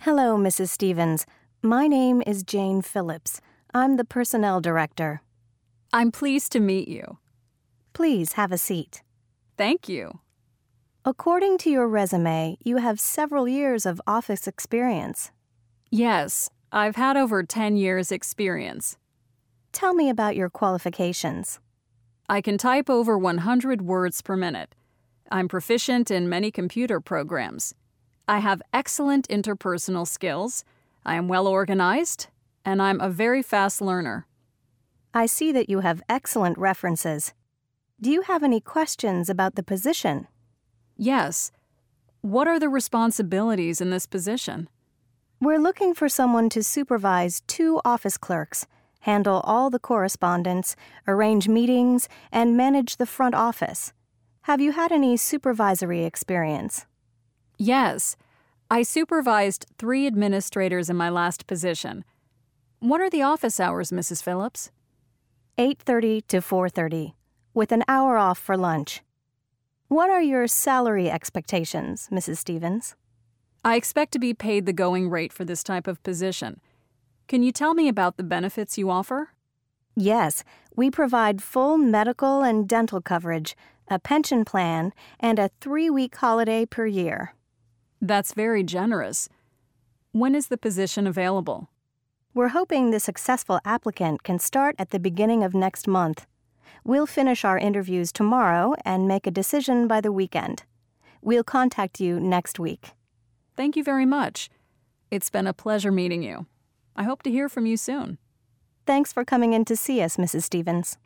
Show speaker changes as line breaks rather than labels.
Hello, Mrs. Stevens. My name is Jane Phillips. I'm the personnel director.
I'm pleased to meet you.
Please have a seat.
Thank you.
According to your resume, you have several years of office experience.
Yes, I've had over 10 years' experience.
Tell me about your qualifications.
I can type over 100 words per minute. I'm proficient in many computer programs. I have excellent interpersonal skills. I am well organized, and I'm a very fast learner.
I see that you have excellent references. Do you have any questions about the position?
Yes. What are the responsibilities in this position?
We're looking for someone to supervise two office clerks, handle all the correspondence, arrange meetings, and manage the front office. Have you had any supervisory experience?
Yes. I supervised three administrators in my last position. What are the office hours, Mrs. Phillips?
8:30 to 4:30 with an hour off for lunch. What are your salary expectations, Mrs. Stevens?
I expect to be paid the going rate for this type of position. Can you tell me about the benefits you offer?
Yes, we provide full medical and dental coverage, a pension plan, and a 3-week holiday per year.
That's very generous. When is the position available?
We're hoping the successful applicant can start at the beginning of next month. We'll finish our interviews tomorrow and make a decision by the weekend. We'll contact you next week.
Thank you very much. It's been a pleasure meeting you. I hope to hear from you soon.
Thanks for coming in to see us, Mrs. Stevens.